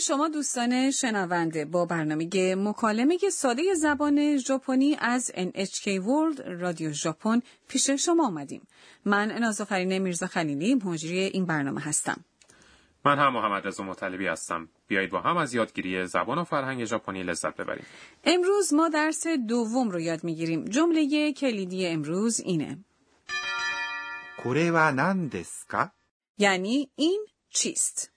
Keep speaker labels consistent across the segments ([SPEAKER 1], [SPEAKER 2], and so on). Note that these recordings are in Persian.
[SPEAKER 1] شما دوستان شنونده با برنامه مکالمه ساده زبان ژاپنی از NHK World رادیو ژاپن پیش شما آمدیم. من نازافرین میرزا خلیلی مجری این برنامه هستم.
[SPEAKER 2] من هم محمد رضا مطلبی هستم. بیایید با هم از یادگیری زبان و فرهنگ ژاپنی لذت ببریم.
[SPEAKER 1] امروز ما درس دوم رو یاد میگیریم. جمله کلیدی امروز اینه.
[SPEAKER 3] これは何ですか
[SPEAKER 1] یعنی این چیست؟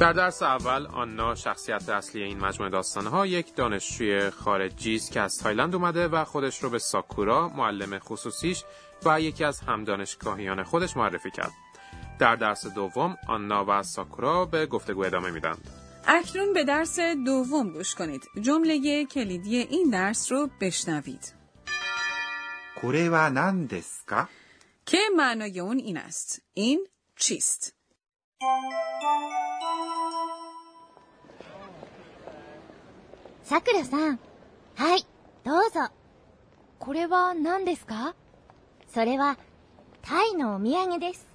[SPEAKER 2] در درس اول آنا شخصیت اصلی این مجموعه داستانها یک دانشجوی خارجی است که از تایلند اومده و خودش رو به ساکورا معلم خصوصیش و یکی از همدانشگاهیان خودش معرفی کرد. در درس دوم آنا و ساکورا به گفتگو ادامه میدن.
[SPEAKER 1] اکنون به درس دوم گوش کنید. جمله کلیدی این درس رو بشنوید.
[SPEAKER 3] これは何ですか
[SPEAKER 1] که معنای اون این است. این چیست؟
[SPEAKER 4] さくらさん。はい、どうぞ。これは何ですかそれは、タイのお土産です。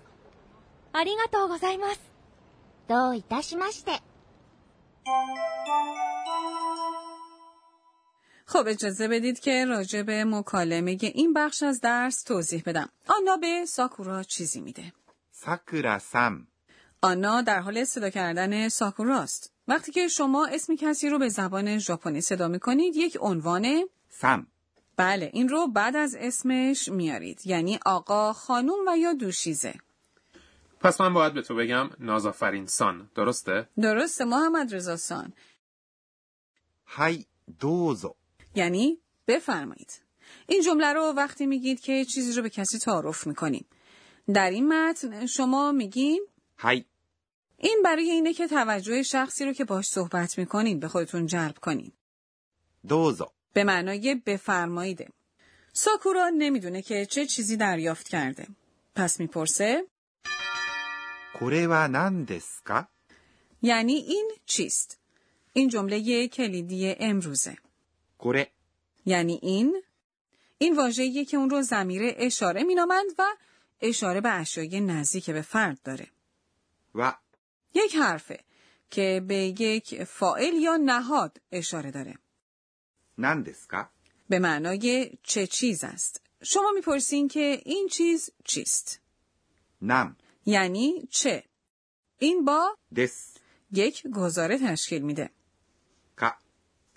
[SPEAKER 4] ありがとうございます。どういたしまして。
[SPEAKER 1] خب اجازه بدید که راجع به مکالمه این بخش از درس توضیح بدم. آنا به ساکورا چیزی میده.
[SPEAKER 3] さくらさん
[SPEAKER 1] آنا در حال صدا کردن ساکوراست. وقتی که شما اسم کسی رو به زبان ژاپنی صدا میکنید یک عنوان
[SPEAKER 3] さん
[SPEAKER 1] بله این رو بعد از اسمش میارید یعنی آقا خانوم و یا دوشیزه
[SPEAKER 2] پس من باید به تو بگم نازافرین سان درسته؟
[SPEAKER 1] درست محمد رضا سان
[SPEAKER 3] はいどうぞ
[SPEAKER 1] یعنی بفرمایید این جمله رو وقتی میگید که چیزی رو به کسی تعارف میکنیم در این متن شما میگین
[SPEAKER 3] はい
[SPEAKER 1] این برای اینه که توجه شخصی رو که باش صحبت میکنین به خودتون جلب کنین
[SPEAKER 3] どうぞ
[SPEAKER 1] به معنای بفرماییده ساکورا نمیدونه که چه چیزی دریافت کرده پس میپرسه
[SPEAKER 3] これは何ですか
[SPEAKER 1] یعنی این چیست این جمله کلیدی امروزه
[SPEAKER 3] これ
[SPEAKER 1] یعنی این این واژه‌ایه که اون رو زمیر اشاره مینامند و اشاره به اشیای نزدیک به فرد داره
[SPEAKER 3] は
[SPEAKER 1] یک حرفه که به یک فائل یا نهاد اشاره داره
[SPEAKER 3] 何ですか
[SPEAKER 1] به معنای چه چیز است شما میپرسین که این چیز چیست
[SPEAKER 3] 何
[SPEAKER 1] یعنی چه این با
[SPEAKER 3] です
[SPEAKER 1] یک گزاره تشکیل میده
[SPEAKER 3] か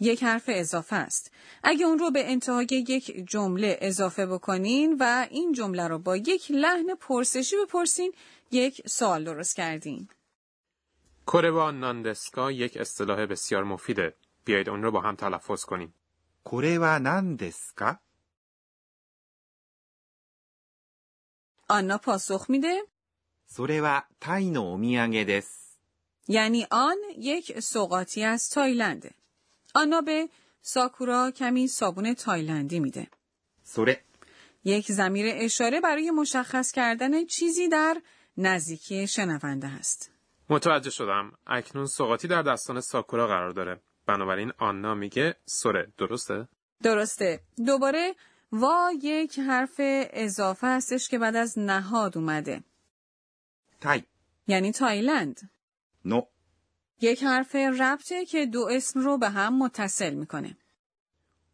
[SPEAKER 1] یک حرف اضافه است. اگه اون رو به انتهای یک جمله اضافه بکنین و این جمله رو با یک لحن پرسشی بپرسین، یک سوال درست کردین.
[SPEAKER 2] کره با ناندسکا یک اصطلاح بسیار مفیده. بیایید اون رو با هم تلفظ کنیم.
[SPEAKER 3] これは何ですか
[SPEAKER 1] آنا پاسخ میده
[SPEAKER 3] それはタイのお土産です
[SPEAKER 1] یعنی آن یک سوقاتی از تایلنده. آنا به ساکورا کمی صابون تایلندی میده.
[SPEAKER 3] それ
[SPEAKER 1] یک زمیر اشاره برای مشخص کردن چیزی در نزدیکی شنونده است.
[SPEAKER 2] متوجه شدم. اکنون سوقاتی در دستان ساکورا قرار داره. بنابراین آنا میگه سره درسته؟
[SPEAKER 1] درسته دوباره وا یک حرف اضافه هستش که بعد از نهاد اومده
[SPEAKER 3] タイ
[SPEAKER 1] یعنی تایلند
[SPEAKER 3] の
[SPEAKER 1] یک حرف ربطه که دو اسم رو به هم متصل میکنه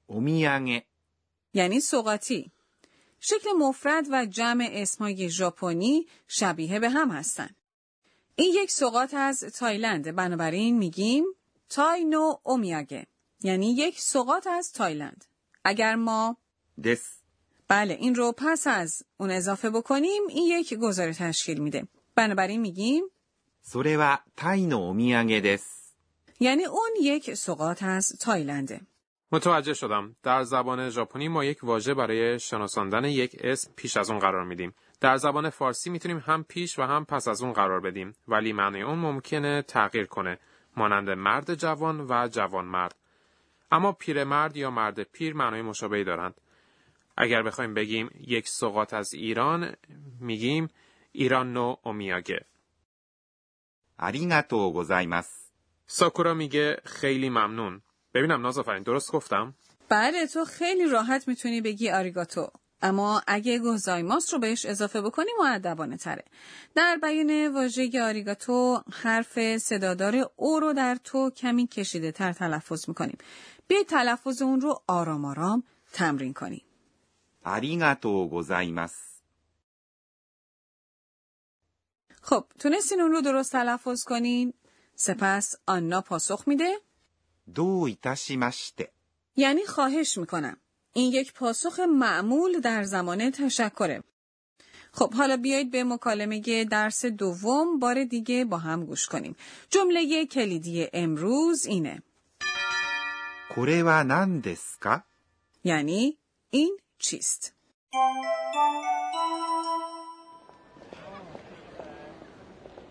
[SPEAKER 3] お土産
[SPEAKER 1] یعنی سوقاتی شکل مفرد و جمع اسمای ژاپنی شبیه به هم هستن این یک سوقات از تایلند بنابراین میگیم تاینو اومیاگه یعنی یک سوقات از تایلند اگر ما
[SPEAKER 3] です
[SPEAKER 1] بله این رو پس از اون اضافه بکنیم این یک گزاره تشکیل میده بنابراین میگیم
[SPEAKER 3] それはタイのお土産です
[SPEAKER 1] یعنی اون یک سقاط از تایلنده
[SPEAKER 2] متوجه شدم. در زبان ژاپنی ما یک واژه برای شناساندن یک اسم پیش از اون قرار میدیم. در زبان فارسی میتونیم هم پیش و هم پس از اون قرار بدیم ولی معنی اون ممکنه تغییر کنه مانند مرد جوان و جوان مرد. اما پیرمرد یا مرد پیر معنای مشابهی دارند. اگر بخوایم بگیم یک سوقات از ایران میگیم ایران نو اومیاگه.
[SPEAKER 3] ありがとうございます
[SPEAKER 2] ساکورا میگه خیلی ممنون. ببینم نازافرین درست گفتم؟
[SPEAKER 1] بله تو خیلی راحت میتونی بگی آریگاتو اما اگه گوزایماس رو بهش اضافه بکنیم معدبانه تره. در بیان واژه آریگاتو حرف صدادار او رو در تو کمی کشیده تر تلفظ میکنیم. بیایید تلفظ اون رو آرام آرام تمرین کنیم.
[SPEAKER 3] ありがとうございます。
[SPEAKER 1] خب تونستین اون رو درست تلفظ کنین؟ سپس آنا پاسخ میده؟
[SPEAKER 3] どういたしまして。
[SPEAKER 1] یعنی خواهش میکنم. این یک پاسخ معمول در زمان تشکره. خب حالا بیایید به مکالمه درس دوم بار دیگه با هم گوش کنیم. جمله کلیدی امروز اینه.
[SPEAKER 3] これは何ですか
[SPEAKER 1] یعنی این چیست؟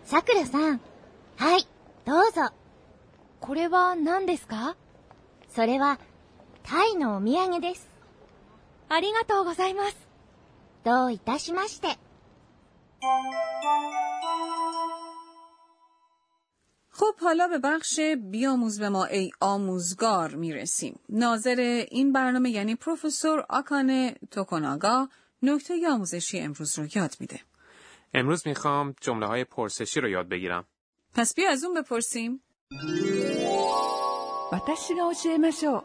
[SPEAKER 4] さくらさん。はい、どうぞ。これは何ですかそれは、タイのお土産です。ありがとうございます。どういたしまして。
[SPEAKER 1] خب حالا به بخش بیاموز به ما ای آموزگار میرسیم. ناظر این برنامه یعنی پروفسور آکانه توکناگا نکته آموزشی امروز رو یاد میده.
[SPEAKER 2] امروز میخوام جمله های پرسشی رو یاد بگیرم.
[SPEAKER 1] پس بیا از اون بپرسیم.
[SPEAKER 5] 私が教えましょう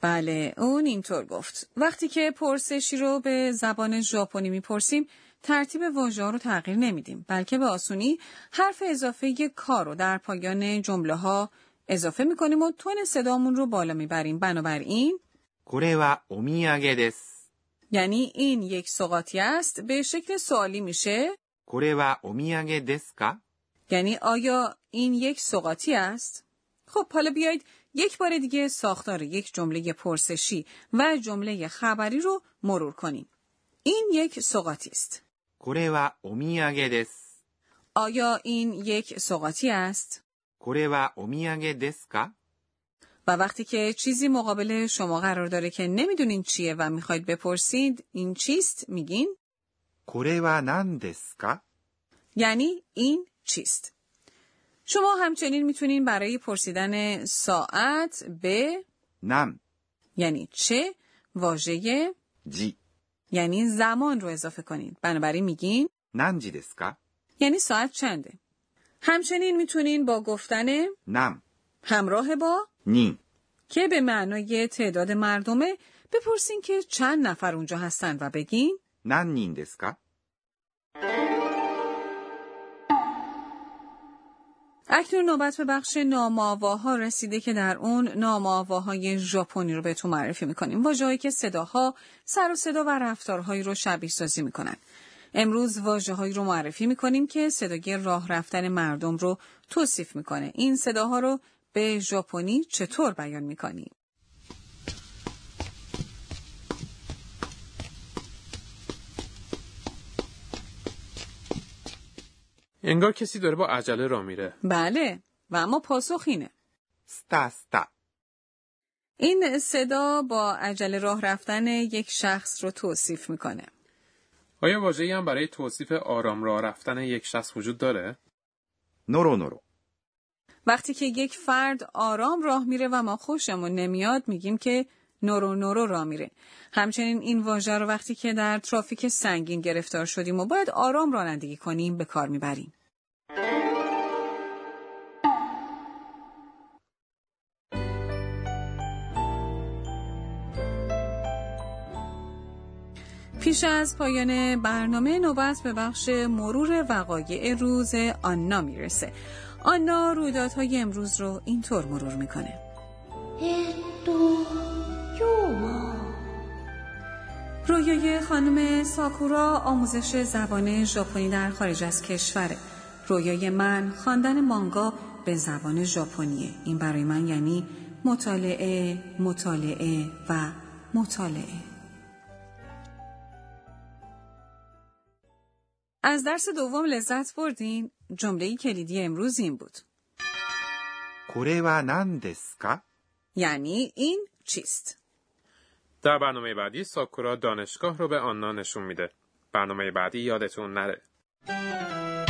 [SPEAKER 1] بله اون اینطور گفت وقتی که پرسشی رو به زبان ژاپنی میپرسیم ترتیب واژه‌ها رو تغییر نمیدیم بلکه به آسونی حرف اضافه یه کار رو در پایان جمله ها اضافه میکنیم و تون صدامون رو بالا میبریم بنابراین
[SPEAKER 3] これはお土産です。
[SPEAKER 1] یعنی این یک سوقاتی است به شکل سوالی میشه
[SPEAKER 3] これはお土産ですか
[SPEAKER 1] یعنی آیا این یک سوقاتی است خب حالا بیایید یک بار دیگه ساختار یک جمله پرسشی و جمله خبری رو مرور کنیم این یک سوقاتی است
[SPEAKER 3] これはお土産です。
[SPEAKER 1] آیا این یک سوقاتی است؟
[SPEAKER 3] これはお土産ですか
[SPEAKER 1] و وقتی که چیزی مقابل شما قرار داره که نمیدونین چیه و میخواید بپرسید این چیست میگین؟
[SPEAKER 3] これは何ですか
[SPEAKER 1] یعنی این چیست؟ شما همچنین میتونین برای پرسیدن ساعت به
[SPEAKER 3] 何
[SPEAKER 1] یعنی چه واژه
[SPEAKER 3] 時
[SPEAKER 1] یعنی زمان رو اضافه کنید. بنابراین میگین
[SPEAKER 3] 何時ですか
[SPEAKER 1] یعنی ساعت چنده. همچنین میتونین با گفتن
[SPEAKER 3] 何
[SPEAKER 1] همراه با
[SPEAKER 3] 人
[SPEAKER 1] که به معنای تعداد مردمه بپرسین که چند نفر اونجا هستن و بگین
[SPEAKER 3] 何人ですか
[SPEAKER 1] اکنون نوبت به بخش نامآواها رسیده که در اون نامآواهای ژاپنی رو بهتون معرفی میکنیم واژه‌هایی که صداها سر و صدا و رفتارهایی رو شبیه سازی میکنن امروز واژه‌هایی رو معرفی میکنیم که صدای راه رفتن مردم رو توصیف میکنه این صداها رو به ژاپنی چطور بیان میکنیم
[SPEAKER 2] انگار کسی داره با عجله را میره.
[SPEAKER 1] بله و اما پاسخ اینه
[SPEAKER 3] スタスタ。
[SPEAKER 1] این صدا با عجله راه رفتن یک شخص رو توصیف میکنه.
[SPEAKER 2] آیا واژه‌ای هم برای توصیف آرام راه رفتن یک شخص وجود داره؟
[SPEAKER 3] ノロノロ。
[SPEAKER 1] وقتی که یک فرد آرام راه میره و ما خوشمون نمیاد میگیم که نورو نورو راه میره. همچنین این واژه رو وقتی که در ترافیک سنگین گرفتار شدیم و باید آرام رانندگی کنیم به کار میبریم. پیش از پایان برنامه نوبت به بخش مرور وقایع روز آنا میرسه. آنا رویدادهای امروز رو اینطور مرور میکنه.
[SPEAKER 4] えっと、今日は、
[SPEAKER 1] رویای خانم ساکورا آموزش زبان ژاپنی در خارج از کشوره. رویای من خواندن مانگا به زبان ژاپنیه. این برای من یعنی مطالعه، مطالعه و مطالعه. از درس دوم لذت بردین؟ جمله کلیدی امروز این بود.
[SPEAKER 3] これは何ですか
[SPEAKER 1] یعنی این چیست؟
[SPEAKER 2] در برنامه بعدی ساکورا دانشگاه رو به آنا نشون میده. برنامه بعدی یادتون نره.